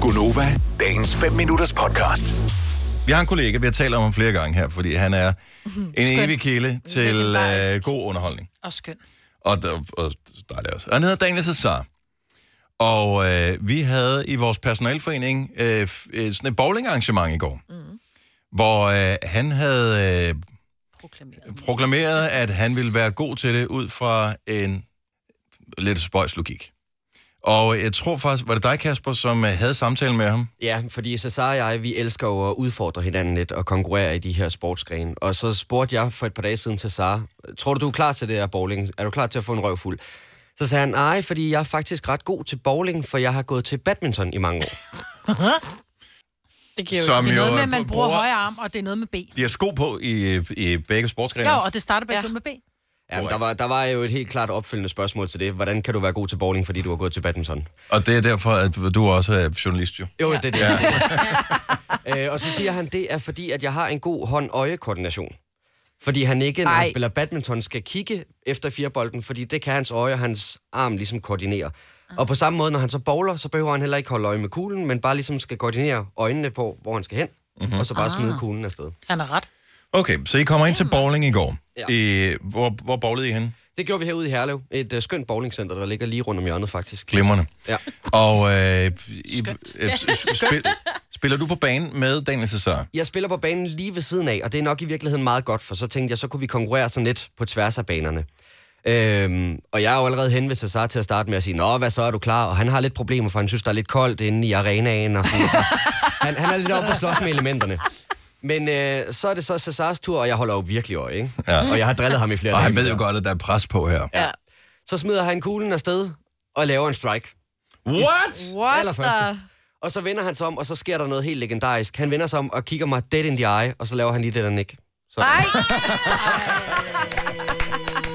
Gunova, dagens 5 minutters podcast. Vi har en kollega, vi har talt om ham flere gange her, fordi han er en Mhm. Skøn. evig kilde til Legendarisk. øh, god underholdning. Og skøn. Og, der- og dejligt også. Og han hedder Daniel Cesar. Og øh, vi havde i vores personalforening øh, f- øh, sådan et bowlingarrangement i går, mm. hvor øh, han havde øh, Proklameret. proklameret, at han ville være god til det ud fra en lidt spøjs logik. Og øh, jeg tror faktisk, var det dig, Kasper, som øh, havde samtalen med ham? Ja, fordi Cesar og jeg, vi elsker jo at udfordre hinanden lidt og konkurrere i de her sportsgrene. Og så spurgte jeg for et par dage siden Cesar, tror du, du er klar til det her bowling? Er du klar til at få en røv fuld? Så sagde han, nej, fordi jeg er faktisk ret god til bowling, for jeg har gået til badminton i mange år. Det giver jo, Som det er jo noget med, er- at man bruger, bruger- højre arm, og det er noget med B. De har sko på i, øh, i begge sportsgrene. Jo, også. og det starter begge Ja. ja. med B. Ja, der, var, der var jo et helt klart opfølgende spørgsmål til det. Hvordan kan du være god til bowling, fordi du har gået til badminton? Og det er derfor, at du også er journalist, jo. Jo, det er det. øh, og så siger han, det er fordi, at jeg har en god hånd-øje-koordination. Fordi han ikke, når han Ej. spiller badminton, skal kigge efter firebolden, fordi det kan hans øje og hans arm ligesom koordinere. Og på samme måde, når han så bowler, så behøver han heller ikke holde øje med kuglen, men bare ligesom skal koordinere øjnene på, hvor han skal hen, mm-hmm. og så bare smide kuglen afsted. Han er ret. Okay, så I kommer ind til bowling i går. Ja. Ja. I, hvor, hvor bowlede I hen? Det gjorde vi herude i Herlev, et uh, skønt bowlingcenter, der ligger lige rundt om hjørnet faktisk. Glimrende. Ja. Og øh, I, øh, s- spil, spiller du på banen med Daniel Cesar? Jeg spiller på banen lige ved siden af, og det er nok i virkeligheden meget godt, for så tænkte jeg, så kunne vi konkurrere sådan lidt på tværs af banerne. Øhm, og jeg er jo allerede hen ved Cesar til at starte med at sige, Nå, hvad så, er du klar? Og han har lidt problemer, for han synes, der er lidt koldt inde i arenaen. Og sådan, så han, han er lidt oppe og slås med elementerne. Men øh, så er det så Cesars tur, og jeg holder jo virkelig øje, ikke? Ja. Og jeg har drillet ham i flere Og han dage. ved jo godt, at der er pres på her. Ja. Så smider han kuglen afsted og laver en strike. What? What Allerførste. the... Og så vender han sig om, og så sker der noget helt legendarisk. Han vender sig om og kigger mig dead in the eye, og så laver han lige det der nick. Så, Nej,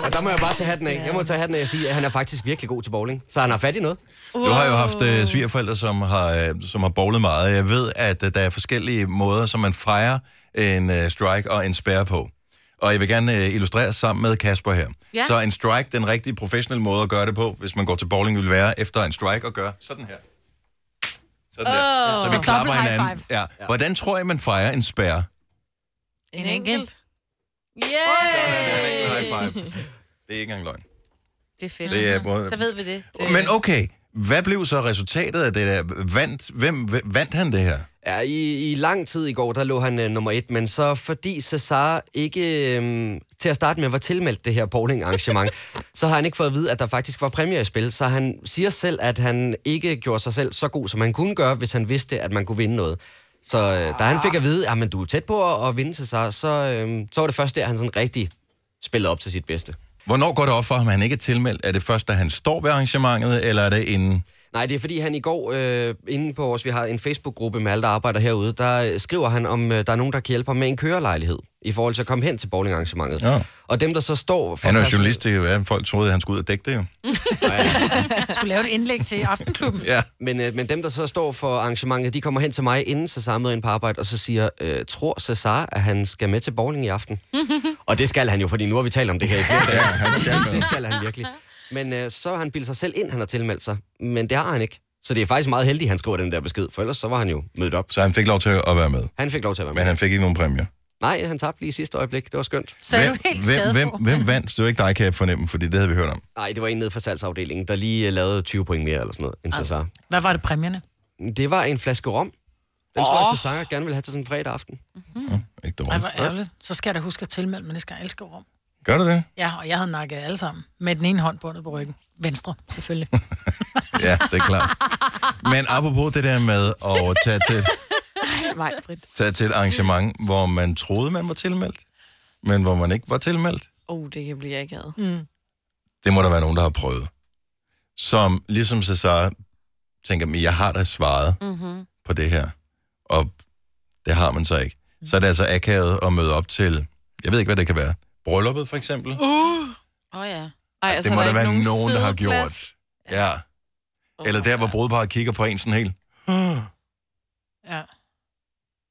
Og der må jeg bare tage hatten af. Jeg må tage hatten af og sige, at han er faktisk virkelig god til bowling. Så han har fat i noget. Du har jo haft øh, svigerforældre, som har, øh, som har bowlet meget. Jeg ved, at øh, der er forskellige måder, som man fejrer en øh, strike og en spærre på. Og jeg vil gerne øh, illustrere sammen med Kasper her. Ja. Ja. Så en strike, den rigtige professionelle måde at gøre det på, hvis man går til bowling, vil være efter en strike og gøre sådan her. Sådan der. Så dobbelt high Ja. Hvordan tror jeg, man fejrer en spærre? En enkelt. Yay! High five. Det er ikke engang løgn. Det er fedt. Det er både... Så ved vi det. Men okay, hvad blev så resultatet af det der? Vandt, hvem, hvem- vandt han det her? Ja, i, i lang tid i går, der lå han øh, nummer et, men så fordi Cesar ikke øh, til at starte med var tilmeldt det her bowling-arrangement, så har han ikke fået at vide, at der faktisk var præmier i spil, så han siger selv, at han ikke gjorde sig selv så god, som han kunne gøre, hvis han vidste, at man kunne vinde noget. Så øh, da han fik at vide, at du er tæt på at, at vinde Cesar, så, øh, så var det først der, han sådan rigtig spillede op til sit bedste. Hvornår går det op for ham, at han ikke er tilmeldt? Er det først, da han står ved arrangementet, eller er det inden? Nej, det er fordi han i går, øh, inde på vores, vi har en Facebook-gruppe med alle, der arbejder herude, der øh, skriver han, om øh, der er nogen, der kan hjælpe ham med en kørelejlighed, i forhold til at komme hen til bowlingarrangementet. Ja. Og dem, der så står... For Han er jo journalist, det er jo, hvad folk troede, at han skulle ud og dække det jo. Mm. Jeg skulle lave et indlæg til Aftenklubben. Ja. Men, øh, men dem, der så står for arrangementet, de kommer hen til mig, inden Cesar møder ind på arbejde, og så siger, øh, tror Cesar, at han skal med til bowling i aften? og det skal han jo, fordi nu har vi talt om det her i flere dage. det skal han virkelig. Men øh, så har han bildet sig selv ind, han har tilmeldt sig, men det har han ikke. Så det er faktisk meget heldigt, han skriver den der besked, for ellers så var han jo mødt op. Så han fik lov til at være med, Han fik lov til at være med. men han fik ikke nogen præmie. Nej, han tabte lige i sidste øjeblik. Det var skønt. Så er jeg jo helt hvem, stadig hvem, på. hvem vandt? Det var ikke dig, kan jeg fornemme, fordi det havde vi hørt om. Nej, det var en nede fra salgsafdelingen, der lige øh, lavede 20 point mere eller sådan noget, end Cesar. Hvad var det præmierne? Det var en flaske rom. Den oh. tror jeg, Cesar gerne ville have til sådan en fredag aften. Ikke Mm. Ej, dårligt. hvor ærgerligt. Så skal jeg da huske at tilmelde, men jeg skal elske rum. Gør du det? Ja, og jeg havde nakket alle sammen. Med den ene hånd bundet på ryggen. Venstre, selvfølgelig. Ja, det er klart. Men apropos det der med at tage til, Nej, Britt. tage til et arrangement, hvor man troede, man var tilmeldt, men hvor man ikke var tilmeldt. Oh, det kan blive akavet. det må der være nogen, der har prøvet. Som ligesom Cesar tænker, men jeg har da svaret mm-hmm. på det her. Og det har man så ikke. Så er det altså akavet at møde op til, jeg ved ikke, hvad det kan være. Brylluppet for eksempel. Uh, Åh oh, ja. Ej, og så det er må der der ikke være nogen, nogen, der har siddeplads. gjort. Ja. Eller der, hvor brudeparet kigger på en sådan helt, Ja.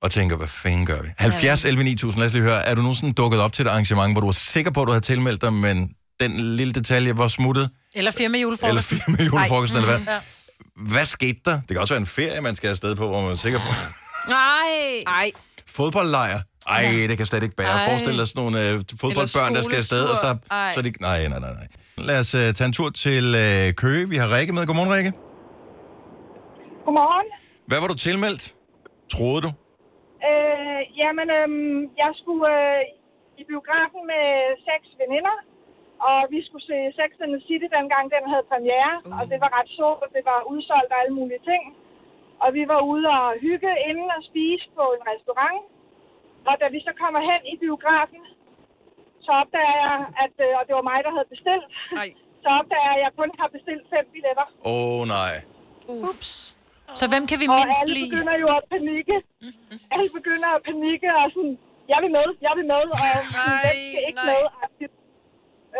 og tænker, hvad fanden gør vi? 70, 11, 9000, lad os lige høre. Er du nogensinde dukket op til et arrangement, hvor du var sikker på, at du havde tilmeldt dig, men den lille detalje var smuttet? Eller firma Eller julefrokosten. film Mm-hmm. med julefrokosten, eller hvad? Ja. hvad skete der? Det kan også være en ferie, man skal afsted på, hvor man er sikker på. Nej. Ej, Fodboldlejr. Ej, det kan slet ikke bære. Ej. Forestil dig sådan nogle øh, fodboldbørn, der skal afsted, og så... Ej. så er de, nej, nej, nej, nej. Lad os øh, tage en tur til øh, Køge. Vi har Rikke med. Godmorgen, Rikke. Godmorgen. Hvad var du tilmeldt? Troede du? Øh, jamen, øhm, jeg skulle øh, i biografen med seks veninder, og vi skulle se Sex and the City, dengang den havde premiere, uh. og det var ret sjovt, det var udsolgt og alle mulige ting. Og vi var ude og hygge inden og spise på en restaurant, og da vi så kommer hen i biografen, så opdager jeg, at, øh, og det var mig, der havde bestilt, Ej. så opdager jeg, at jeg kun har bestilt fem billetter. Åh, oh, nej. ups. Så hvem kan vi Og mindst alle lide? begynder jo at panikke. Alle begynder at panikke og sådan, jeg vil med, jeg vil med, og sådan, Nej, den skal ikke nej. med. agtigt.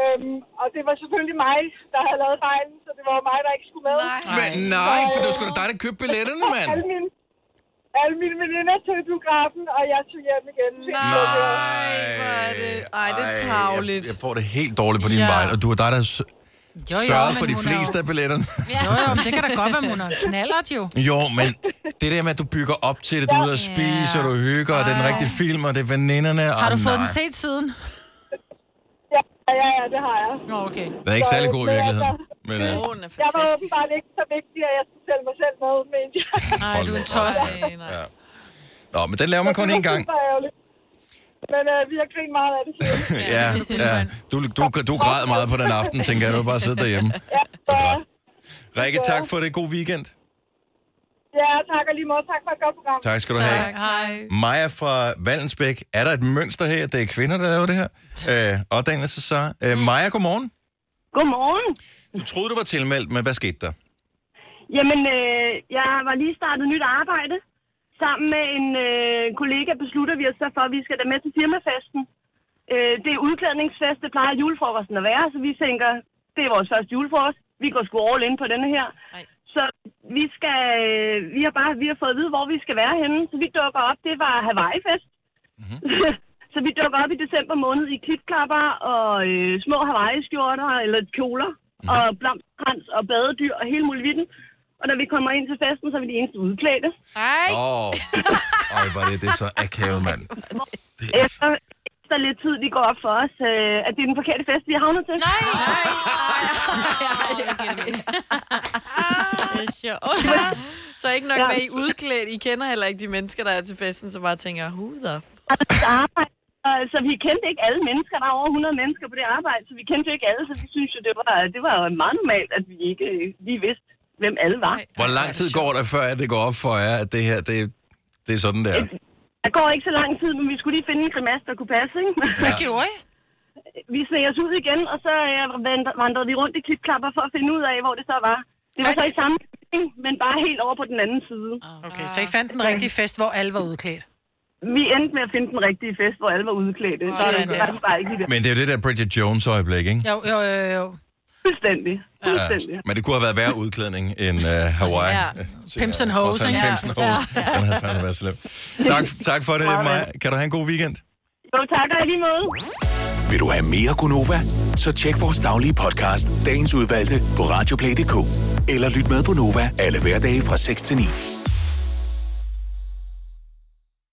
Øhm, og det var selvfølgelig mig, der havde lavet fejlen, så det var jo mig, der ikke skulle med. Nej. Men, nej, for det var sgu da dig, der købte billetterne, Og mand. alle mine, alle mine veninder tog i biografen, og jeg tog hjem igen. Nej, hvor er det- ej, det er tarveligt. Jeg, jeg får det helt dårligt på din ja. Ja. vej, og du er dig, der s- Jo, jo, sørger men for de hun er fleste af billetterne. Jo, jo, men det kan da godt være, hun er knallert jo. Jo, men det der med, at du bygger op til det, du er ude at spise, og du hygger, og det er den rigtige film, og det er veninderne. Har du fået den set siden? Ja, ja, ja, det har jeg. Nå, okay. Den er ikke særlig god i Men virkeligheden. altså, Men, øh, Åh, den er Jeg var fantastisk. åbenbart ikke så vigtig, at jeg skulle tælle mig selv med, men jeg. Nej, Hold du er en nu tos. Nej, nej. Ja. Nå, men den laver man kun én gang. Det var super ærgerligt. Men øh, vi har grint meget af det siden. Ja, ja. Du, du, du græd meget på den aften, tænker jeg. Du bare sidde derhjemme og græd. Rikke, tak for det. God weekend. Ja, tak og lige måde. Tak for et godt program. Tak skal du have. Hej. Maja fra Vallensbæk. Er der et mønster her? Det er kvinder, der laver det her. Øh, og Daniel så. Øh, Maja, godmorgen. Godmorgen. Du troede, du var tilmeldt, men hvad skete der? Jamen, øh, jeg var lige startet nyt arbejde. Sammen med en øh, kollega beslutter vi os så for, at vi skal da med til firmafesten. Øh, det er udklædningsfest, det plejer julefrokosten at være, så vi tænker, det er vores første julefrokost. Vi går sgu all in på denne her. Ej. Så vi skal, øh, vi har bare, vi har fået at vide, hvor vi skal være henne, så vi dukker op. Det var Hawaii-fest. Mm-hmm. så vi dukker op i december måned i klipklapper og øh, små Hawaii-skjorter eller kjoler mm-hmm. og blomsterkrans og badedyr og hele muligheden. Og når vi kommer ind til festen, så er vi de eneste udklædte. Ej. Åh, oh. Ej, var det, det er så akavet, mand. Det er Efter, efter lidt tid, de går op for os, øh, at det er den forkerte fest, vi har havnet til. Nej! Det er sjovt. Så ikke nok med, at I er udklædt. I kender heller ikke de mennesker, der er til festen, så bare tænker, who the f- Arbejde. Og, så vi kendte ikke alle mennesker. Der er over 100 mennesker på det arbejde, så vi kendte ikke alle. Så vi synes jo, det var, det var meget normalt, at vi ikke øh, lige vidste, hvem alle var. Nej. Hvor lang tid går der, før at det går op for jer, at det her, det, det er sådan der? Der går ikke så lang tid, men vi skulle lige finde en grimasse, der kunne passe. Ikke? Ja. Hvad gjorde I? vi sneg os ud igen, og så øh, vandr- vandrede vi rundt i klipklapper for at finde ud af, hvor det så var. Det var så i samme bygning, men bare helt over på den anden side. Okay, så I fandt en rigtig fest, hvor alle var udklædt. Vi endte med at finde den rigtige fest, hvor alle var udklædte. Sådan det, der. var bare ikke i det. Men det er jo det der Bridget Jones øjeblik, ikke? Jo, jo, jo, jo. Fuldstændig. Fuldstændig. Ja. Men det kunne have været værre udklædning end uh, Hawaii. Ja. Altså, Pimps and hoes, ikke? ikke? Pimps and hoes. Den havde fandme været slem. Tak, tak for det, Maja. Kan du have en god weekend? Jo, tak og i lige måde. Vil du have mere Gunova? Så tjek vores daglige podcast, dagens udvalgte, på radioplay.dk. Eller lyt med på Nova alle hverdage fra 6 til 9.